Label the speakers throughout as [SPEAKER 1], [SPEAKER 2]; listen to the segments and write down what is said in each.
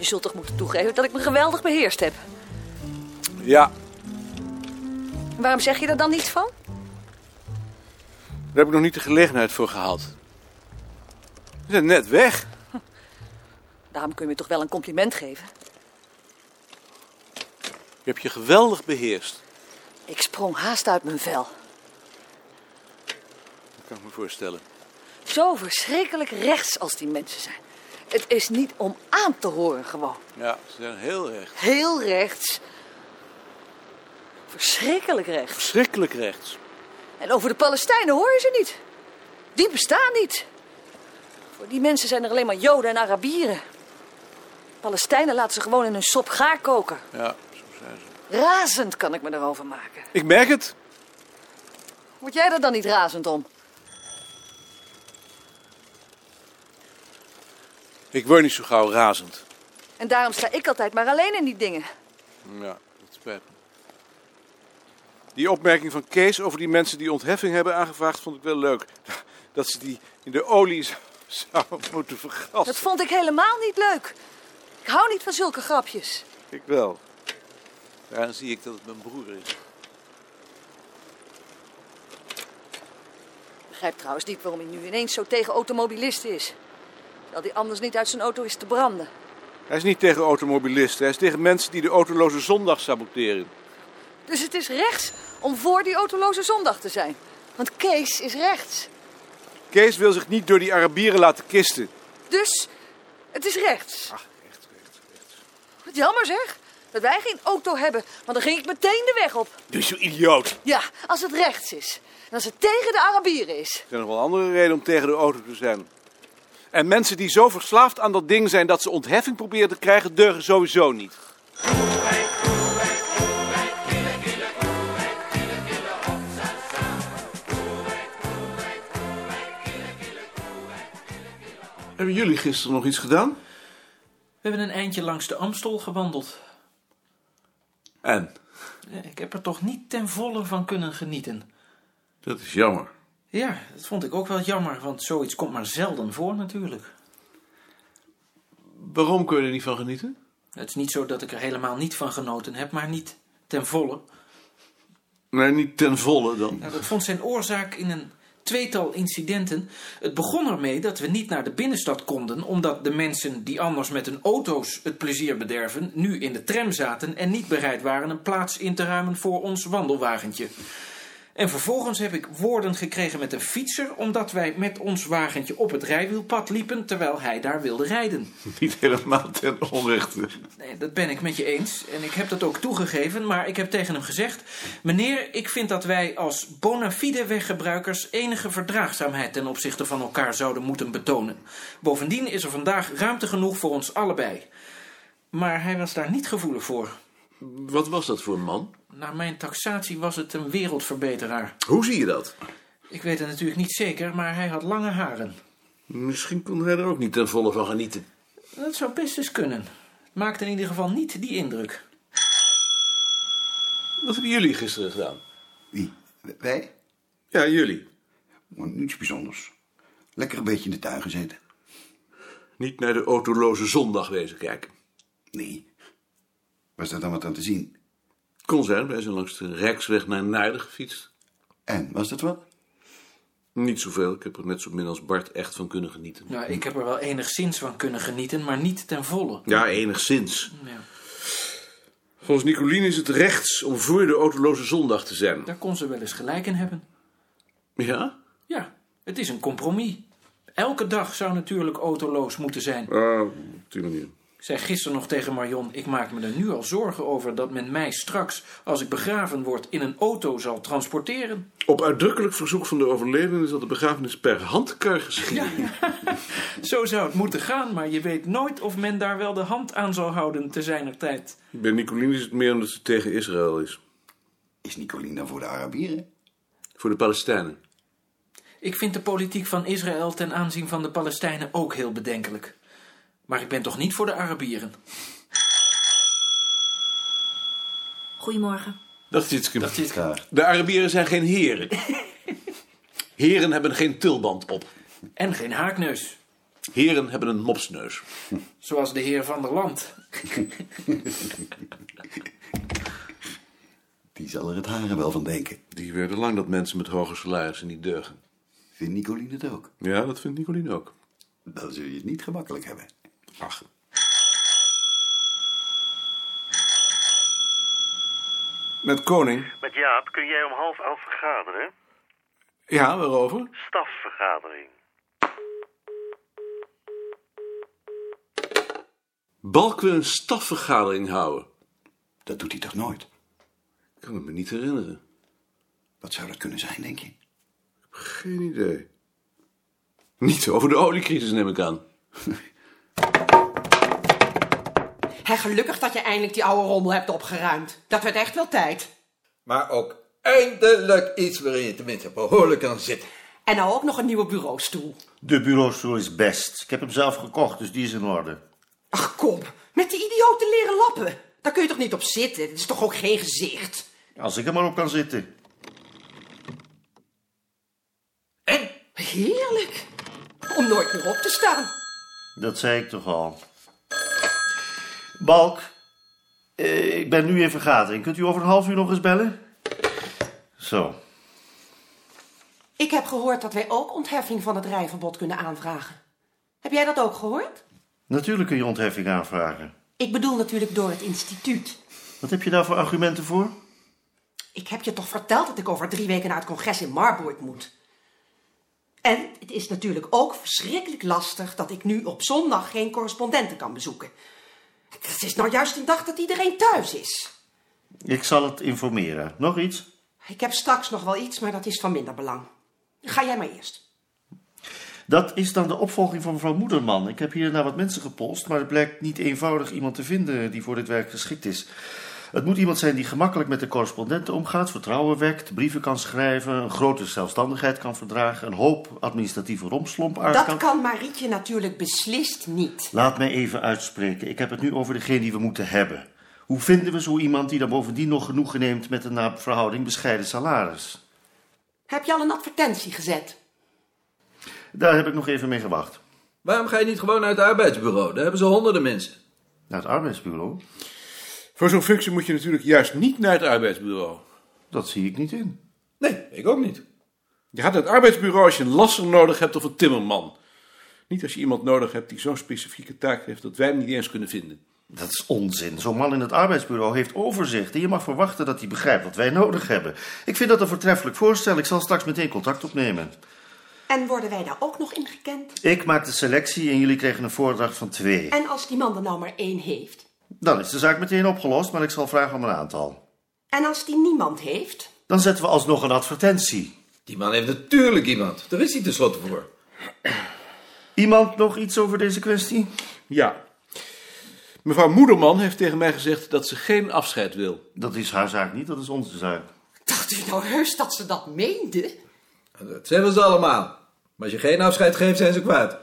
[SPEAKER 1] zult toch moeten toegeven dat ik me geweldig beheerst heb.
[SPEAKER 2] Ja,
[SPEAKER 1] Waarom zeg je daar dan niets van?
[SPEAKER 2] daar heb ik nog niet de gelegenheid voor gehad. We zijn net weg.
[SPEAKER 1] Daarom kun je me toch wel een compliment geven.
[SPEAKER 2] Je hebt je geweldig beheerst.
[SPEAKER 1] Ik sprong haast uit mijn vel.
[SPEAKER 2] Dat kan ik me voorstellen.
[SPEAKER 1] Zo verschrikkelijk rechts als die mensen zijn. Het is niet om aan te horen gewoon.
[SPEAKER 2] Ja, ze zijn heel recht.
[SPEAKER 1] Heel rechts. Verschrikkelijk rechts.
[SPEAKER 2] Verschrikkelijk rechts.
[SPEAKER 1] En over de Palestijnen hoor je ze niet. Die bestaan niet. Voor die mensen zijn er alleen maar Joden en Arabieren. Palestijnen laten ze gewoon in hun sop gaar koken.
[SPEAKER 2] Ja, zo zijn ze.
[SPEAKER 1] Razend kan ik me erover maken.
[SPEAKER 2] Ik merk het.
[SPEAKER 1] Word jij er dan niet razend om?
[SPEAKER 2] Ik word niet zo gauw razend.
[SPEAKER 1] En daarom sta ik altijd maar alleen in die dingen.
[SPEAKER 2] Ja, dat spijt me. Die opmerking van Kees over die mensen die ontheffing hebben aangevraagd, vond ik wel leuk. Dat ze die in de olie zou- zouden moeten vergassen.
[SPEAKER 1] Dat vond ik helemaal niet leuk. Ik hou niet van zulke grapjes.
[SPEAKER 2] Ik wel. Daaraan zie ik dat het mijn broer is.
[SPEAKER 1] Ik begrijp trouwens niet waarom hij nu ineens zo tegen automobilisten is. Terwijl hij anders niet uit zijn auto is te branden.
[SPEAKER 2] Hij is niet tegen automobilisten, hij is tegen mensen die de autoloze zondag saboteren.
[SPEAKER 1] Dus het is rechts om voor die autoloze zondag te zijn. Want Kees is rechts.
[SPEAKER 2] Kees wil zich niet door die Arabieren laten kisten.
[SPEAKER 1] Dus het is rechts.
[SPEAKER 2] Ach, echt, echt, echt.
[SPEAKER 1] Wat jammer zeg. Dat wij geen auto hebben. Want dan ging ik meteen de weg op.
[SPEAKER 2] Dus je idioot. Er
[SPEAKER 1] Ja, als het rechts is. En als het tegen de Arabieren is.
[SPEAKER 2] zijn nog wel andere redenen om tegen de auto te zijn. En mensen die zo verslaafd aan dat ding zijn dat ze ontheffing proberen te krijgen, deugen sowieso niet. Hebben jullie gisteren nog iets gedaan?
[SPEAKER 3] We hebben een eindje langs de Amstel gewandeld.
[SPEAKER 2] En?
[SPEAKER 3] Eh, Ik heb er toch niet ten volle van kunnen genieten.
[SPEAKER 2] Dat is jammer.
[SPEAKER 3] Ja, dat vond ik ook wel jammer, want zoiets komt maar zelden voor natuurlijk.
[SPEAKER 2] Waarom kun je er niet van genieten?
[SPEAKER 3] Het is niet zo dat ik er helemaal niet van genoten heb, maar niet ten volle.
[SPEAKER 2] Nee, niet ten volle dan.
[SPEAKER 3] Nou, dat vond zijn oorzaak in een tweetal incidenten. Het begon ermee dat we niet naar de binnenstad konden, omdat de mensen die anders met hun auto's het plezier bederven, nu in de tram zaten en niet bereid waren een plaats in te ruimen voor ons wandelwagentje. En vervolgens heb ik woorden gekregen met een fietser, omdat wij met ons wagentje op het rijwielpad liepen, terwijl hij daar wilde rijden.
[SPEAKER 2] Niet helemaal ten onrechte.
[SPEAKER 3] Nee, dat ben ik met je eens. En ik heb dat ook toegegeven, maar ik heb tegen hem gezegd... Meneer, ik vind dat wij als bona fide weggebruikers... enige verdraagzaamheid ten opzichte van elkaar zouden moeten betonen. Bovendien is er vandaag ruimte genoeg voor ons allebei. Maar hij was daar niet gevoelig voor.
[SPEAKER 4] Wat was dat voor een man?
[SPEAKER 3] Naar mijn taxatie was het een wereldverbeteraar.
[SPEAKER 4] Hoe zie je dat?
[SPEAKER 3] Ik weet het natuurlijk niet zeker, maar hij had lange haren.
[SPEAKER 4] Misschien kon hij er ook niet ten volle van genieten.
[SPEAKER 3] Dat zou best eens kunnen. Het maakte in ieder geval niet die indruk.
[SPEAKER 4] Wat hebben jullie gisteren gedaan?
[SPEAKER 5] Wie? Wij?
[SPEAKER 4] Ja, jullie.
[SPEAKER 5] Maar niets bijzonders. Lekker een beetje in de tuin gezeten.
[SPEAKER 4] Niet naar de autoloze zondag wezen kijken.
[SPEAKER 5] Nee. Was daar dan wat aan te zien?
[SPEAKER 4] Kon zijn, wij zijn langs de Rijksweg naar Naarden gefietst.
[SPEAKER 5] En, was dat wat?
[SPEAKER 4] Niet zoveel, ik heb er net zo min als Bart echt van kunnen genieten.
[SPEAKER 3] Nou, ik heb er wel enigszins van kunnen genieten, maar niet ten volle.
[SPEAKER 4] Ja, enigszins.
[SPEAKER 3] Ja.
[SPEAKER 4] Volgens Nicolien is het rechts om voor de autoloze zondag te zijn.
[SPEAKER 3] Daar kon ze wel eens gelijk in hebben.
[SPEAKER 4] Ja?
[SPEAKER 3] Ja, het is een compromis. Elke dag zou natuurlijk autoloos moeten zijn.
[SPEAKER 4] Ah, op die manier.
[SPEAKER 3] Ik zei gisteren nog tegen Marion, ik maak me er nu al zorgen over dat men mij straks, als ik begraven word, in een auto zal transporteren.
[SPEAKER 4] Op uitdrukkelijk verzoek van de overledene is dat de begrafenis per handkar geschieden.
[SPEAKER 3] Zo zou het moeten gaan, maar je weet nooit of men daar wel de hand aan zal houden te zijner tijd.
[SPEAKER 4] Bij Nicolien is het meer omdat ze tegen Israël is.
[SPEAKER 5] Is Nicolien dan voor de Arabieren?
[SPEAKER 4] Voor de Palestijnen.
[SPEAKER 3] Ik vind de politiek van Israël ten aanzien van de Palestijnen ook heel bedenkelijk. Maar ik ben toch niet voor de Arabieren?
[SPEAKER 6] Goedemorgen.
[SPEAKER 4] Dat is iets.
[SPEAKER 3] is
[SPEAKER 4] De Arabieren zijn geen heren. heren hebben geen tulband op.
[SPEAKER 3] En geen haakneus.
[SPEAKER 6] Heren hebben een mopsneus.
[SPEAKER 3] Zoals de heer van der Land.
[SPEAKER 5] Die zal er het haren wel van denken.
[SPEAKER 6] Die werden lang dat mensen met hoge salarissen niet deugen.
[SPEAKER 5] Vindt Nicoline het ook?
[SPEAKER 6] Ja, dat vindt Nicolien ook.
[SPEAKER 5] Dan zul je het niet gemakkelijk hebben.
[SPEAKER 6] Ach.
[SPEAKER 2] Met Koning?
[SPEAKER 7] Met Jaap kun jij om half elf vergaderen?
[SPEAKER 2] Ja, waarover?
[SPEAKER 7] Stafvergadering.
[SPEAKER 6] Balk wil een stafvergadering houden.
[SPEAKER 5] Dat doet hij toch nooit?
[SPEAKER 6] Ik kan het me niet herinneren.
[SPEAKER 5] Wat zou dat kunnen zijn, denk je?
[SPEAKER 6] Geen idee. Niet over de oliecrisis neem ik aan.
[SPEAKER 8] Hé, gelukkig dat je eindelijk die oude rommel hebt opgeruimd. Dat werd echt wel tijd.
[SPEAKER 9] Maar ook eindelijk iets waarin je tenminste behoorlijk kan zitten.
[SPEAKER 8] En nou ook nog een nieuwe bureaustoel.
[SPEAKER 10] De bureaustoel is best. Ik heb hem zelf gekocht, dus die is in orde.
[SPEAKER 8] Ach, kom. Met die idiote leren lappen. Daar kun je toch niet op zitten? Het is toch ook geen gezicht?
[SPEAKER 10] Als ik er maar op kan zitten.
[SPEAKER 9] En?
[SPEAKER 8] Heerlijk. Om nooit meer op te staan.
[SPEAKER 10] Dat zei ik toch al. Balk, eh, ik ben nu in vergadering. Kunt u over een half uur nog eens bellen? Zo.
[SPEAKER 8] Ik heb gehoord dat wij ook ontheffing van het rijverbod kunnen aanvragen. Heb jij dat ook gehoord?
[SPEAKER 10] Natuurlijk kun je ontheffing aanvragen.
[SPEAKER 8] Ik bedoel natuurlijk door het instituut.
[SPEAKER 10] Wat heb je daar voor argumenten voor?
[SPEAKER 8] Ik heb je toch verteld dat ik over drie weken naar het congres in Marburg moet. En het is natuurlijk ook verschrikkelijk lastig dat ik nu op zondag geen correspondenten kan bezoeken. Het is nou juist een dag dat iedereen thuis is.
[SPEAKER 10] Ik zal het informeren. Nog iets?
[SPEAKER 8] Ik heb straks nog wel iets, maar dat is van minder belang. Ga jij maar eerst.
[SPEAKER 10] Dat is dan de opvolging van mevrouw Moederman. Ik heb hier naar wat mensen gepolst, maar het blijkt niet eenvoudig iemand te vinden die voor dit werk geschikt is. Het moet iemand zijn die gemakkelijk met de correspondenten omgaat, vertrouwen wekt, brieven kan schrijven, een grote zelfstandigheid kan verdragen, een hoop administratieve rompslomp aan
[SPEAKER 8] Ah, Dat kan Marietje natuurlijk beslist niet.
[SPEAKER 10] Laat mij even uitspreken. Ik heb het nu over degene die we moeten hebben. Hoe vinden we zo iemand die dan bovendien nog genoegen neemt met een naar verhouding bescheiden salaris?
[SPEAKER 8] Heb je al een advertentie gezet?
[SPEAKER 10] Daar heb ik nog even mee gewacht.
[SPEAKER 9] Waarom ga je niet gewoon naar het arbeidsbureau? Daar hebben ze honderden mensen.
[SPEAKER 10] Naar het arbeidsbureau?
[SPEAKER 2] Voor zo'n functie moet je natuurlijk juist niet naar het arbeidsbureau.
[SPEAKER 10] Dat zie ik niet in.
[SPEAKER 9] Nee, ik ook niet.
[SPEAKER 2] Je gaat naar het arbeidsbureau als je een lasser nodig hebt of een timmerman. Niet als je iemand nodig hebt die zo'n specifieke taak heeft dat wij hem niet eens kunnen vinden.
[SPEAKER 10] Dat is onzin. Zo'n man in het arbeidsbureau heeft overzicht en je mag verwachten dat hij begrijpt wat wij nodig hebben. Ik vind dat een voortreffelijk voorstel. Ik zal straks meteen contact opnemen.
[SPEAKER 8] En worden wij daar ook nog ingekend?
[SPEAKER 10] Ik maak de selectie en jullie kregen een voordracht van twee.
[SPEAKER 8] En als die man er nou maar één heeft?
[SPEAKER 10] Dan is de zaak meteen opgelost, maar ik zal vragen om een aantal.
[SPEAKER 8] En als die niemand heeft?
[SPEAKER 10] Dan zetten we alsnog een advertentie.
[SPEAKER 9] Die man heeft natuurlijk iemand. Daar is hij tenslotte voor.
[SPEAKER 10] Iemand nog iets over deze kwestie?
[SPEAKER 2] Ja. Mevrouw Moederman heeft tegen mij gezegd dat ze geen afscheid wil.
[SPEAKER 10] Dat is haar zaak niet, dat is onze zaak.
[SPEAKER 8] Dacht u nou heus dat ze dat meende?
[SPEAKER 9] Dat zeggen ze allemaal. Maar als je geen afscheid geeft, zijn ze kwaad.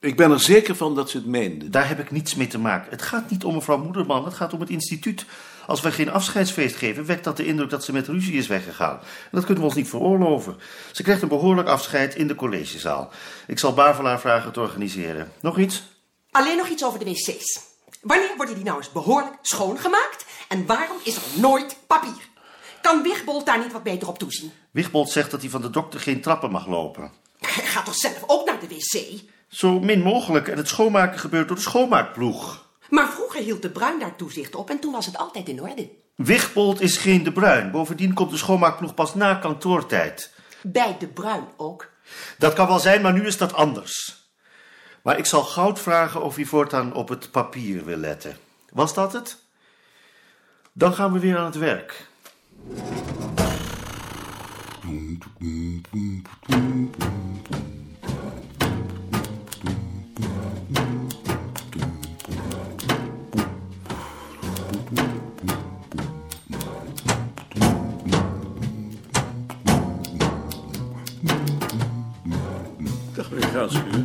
[SPEAKER 6] Ik ben er zeker van dat ze het meende.
[SPEAKER 10] Daar heb ik niets mee te maken. Het gaat niet om mevrouw Moederman, het gaat om het instituut. Als wij geen afscheidsfeest geven, wekt dat de indruk dat ze met ruzie is weggegaan. En dat kunnen we ons niet veroorloven. Ze krijgt een behoorlijk afscheid in de collegezaal. Ik zal Bavelaar vragen het organiseren. Nog iets?
[SPEAKER 8] Alleen nog iets over de wc's. Wanneer worden die nou eens behoorlijk schoongemaakt? En waarom is er nooit papier? Kan Wigbold daar niet wat beter op toezien?
[SPEAKER 10] Wigbold zegt dat hij van de dokter geen trappen mag lopen.
[SPEAKER 8] Hij gaat toch zelf ook naar de wc?
[SPEAKER 10] Zo min mogelijk. En het schoonmaken gebeurt door de schoonmaakploeg.
[SPEAKER 8] Maar vroeger hield de Bruin daar toezicht op en toen was het altijd in orde.
[SPEAKER 10] Wigbold is geen de bruin. Bovendien komt de schoonmaakploeg pas na kantoortijd.
[SPEAKER 8] Bij de Bruin ook.
[SPEAKER 10] Dat kan wel zijn, maar nu is dat anders. Maar ik zal Goud vragen of hij voortaan op het papier wil letten. Was dat het? Dan gaan we weer aan het werk.
[SPEAKER 2] Dag meneer Graanschuur.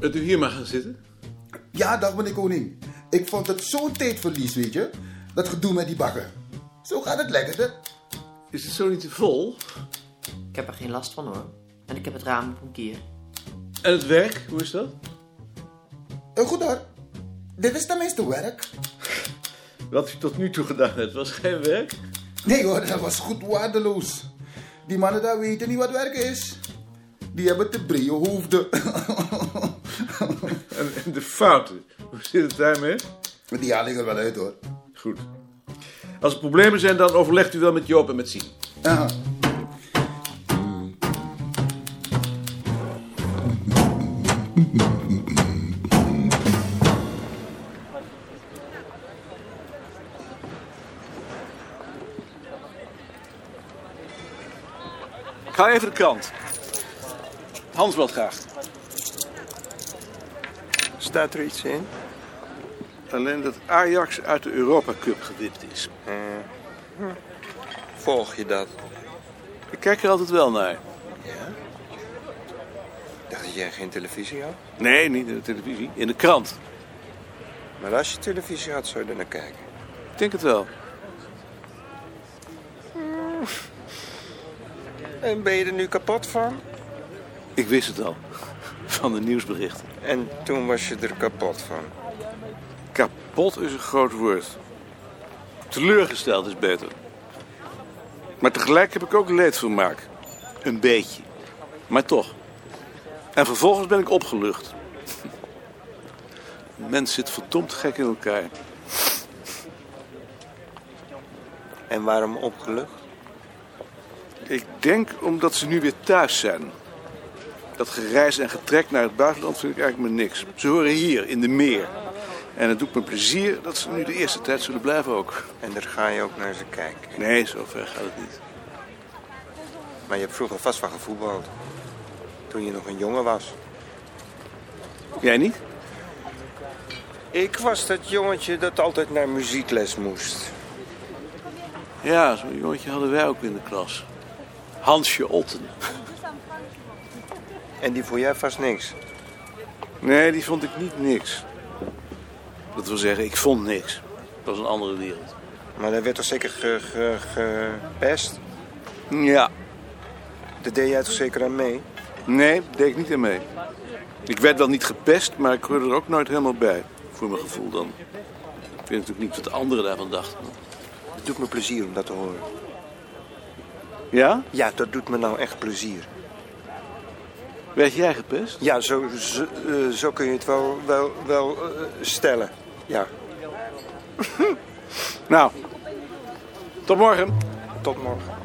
[SPEAKER 2] Het u hier maar gaan zitten?
[SPEAKER 11] Ja, dag meneer Koning. Ik vond het zo'n tijdverlies, weet je. Dat gedoe met die bakken. Zo gaat het lekkerder.
[SPEAKER 2] Is het zo niet te vol?
[SPEAKER 12] Ik heb er geen last van hoor. En ik heb het raam op een kier.
[SPEAKER 2] En het werk, hoe is dat?
[SPEAKER 11] Eh, goed hoor. Dit is tenminste werk.
[SPEAKER 2] Wat u tot nu toe gedaan hebt, was geen werk?
[SPEAKER 11] Nee hoor, dat was goed waardeloos. Die mannen daar weten niet wat werken is. Die hebben te brede hoofden.
[SPEAKER 2] En, en de fouten, hoe zit het daarmee?
[SPEAKER 11] Die haal ik er wel uit hoor.
[SPEAKER 2] Goed. Als er problemen zijn, dan overlegt u wel met Joop en met Sien.
[SPEAKER 11] Aha.
[SPEAKER 2] Ga even de krant. Hans wil het graag.
[SPEAKER 12] Staat er iets in?
[SPEAKER 2] Alleen dat Ajax uit de Europa Cup gewipt is.
[SPEAKER 12] Hm. Volg je dat?
[SPEAKER 2] Ik kijk er altijd wel naar.
[SPEAKER 12] Dacht dat jij geen televisie had?
[SPEAKER 2] Nee, niet in de televisie. In de krant.
[SPEAKER 12] Maar als je televisie had, zou je er naar kijken.
[SPEAKER 2] Ik denk het wel.
[SPEAKER 12] En ben je er nu kapot van?
[SPEAKER 2] Ik wist het al. Van de nieuwsberichten.
[SPEAKER 12] En toen was je er kapot van.
[SPEAKER 2] Kapot is een groot woord. Teleurgesteld is beter. Maar tegelijk heb ik ook leedvermaak. Een beetje. Maar toch. En vervolgens ben ik opgelucht. Een Mens zit verdomd gek in elkaar.
[SPEAKER 12] En waarom opgelucht?
[SPEAKER 2] Ik denk omdat ze nu weer thuis zijn. Dat gereis en getrek naar het buitenland vind ik eigenlijk maar niks. Ze horen hier, in de meer. En het doet me plezier dat ze nu de eerste tijd zullen blijven ook.
[SPEAKER 12] En daar ga je ook naar ze kijken.
[SPEAKER 2] Nee, zover gaat het niet.
[SPEAKER 12] Maar je hebt vroeger vast wel gevoetbald. Toen je nog een jongen was.
[SPEAKER 2] Jij niet?
[SPEAKER 12] Ik was dat jongetje dat altijd naar muziekles moest.
[SPEAKER 2] Ja, zo'n jongetje hadden wij ook in de klas. Hansje Otten.
[SPEAKER 12] En die vond jij vast niks.
[SPEAKER 2] Nee, die vond ik niet niks. Dat wil zeggen, ik vond niks. Dat was een andere wereld.
[SPEAKER 12] Maar daar werd toch zeker ge- ge- gepest?
[SPEAKER 2] Ja.
[SPEAKER 12] Daar deed jij toch zeker aan mee?
[SPEAKER 2] Nee, deed ik niet aan mee. Ik werd wel niet gepest, maar ik hoorde er ook nooit helemaal bij. Voor mijn gevoel dan. Ik weet natuurlijk niet wat anderen daarvan dachten.
[SPEAKER 12] Het doet me plezier om dat te horen.
[SPEAKER 2] Ja?
[SPEAKER 12] Ja, dat doet me nou echt plezier.
[SPEAKER 2] Werd jij gepest?
[SPEAKER 12] Ja, zo, zo, eh, zo kun je het wel, wel, wel eh, stellen. Ja.
[SPEAKER 2] Nou, tot morgen.
[SPEAKER 12] Tot morgen.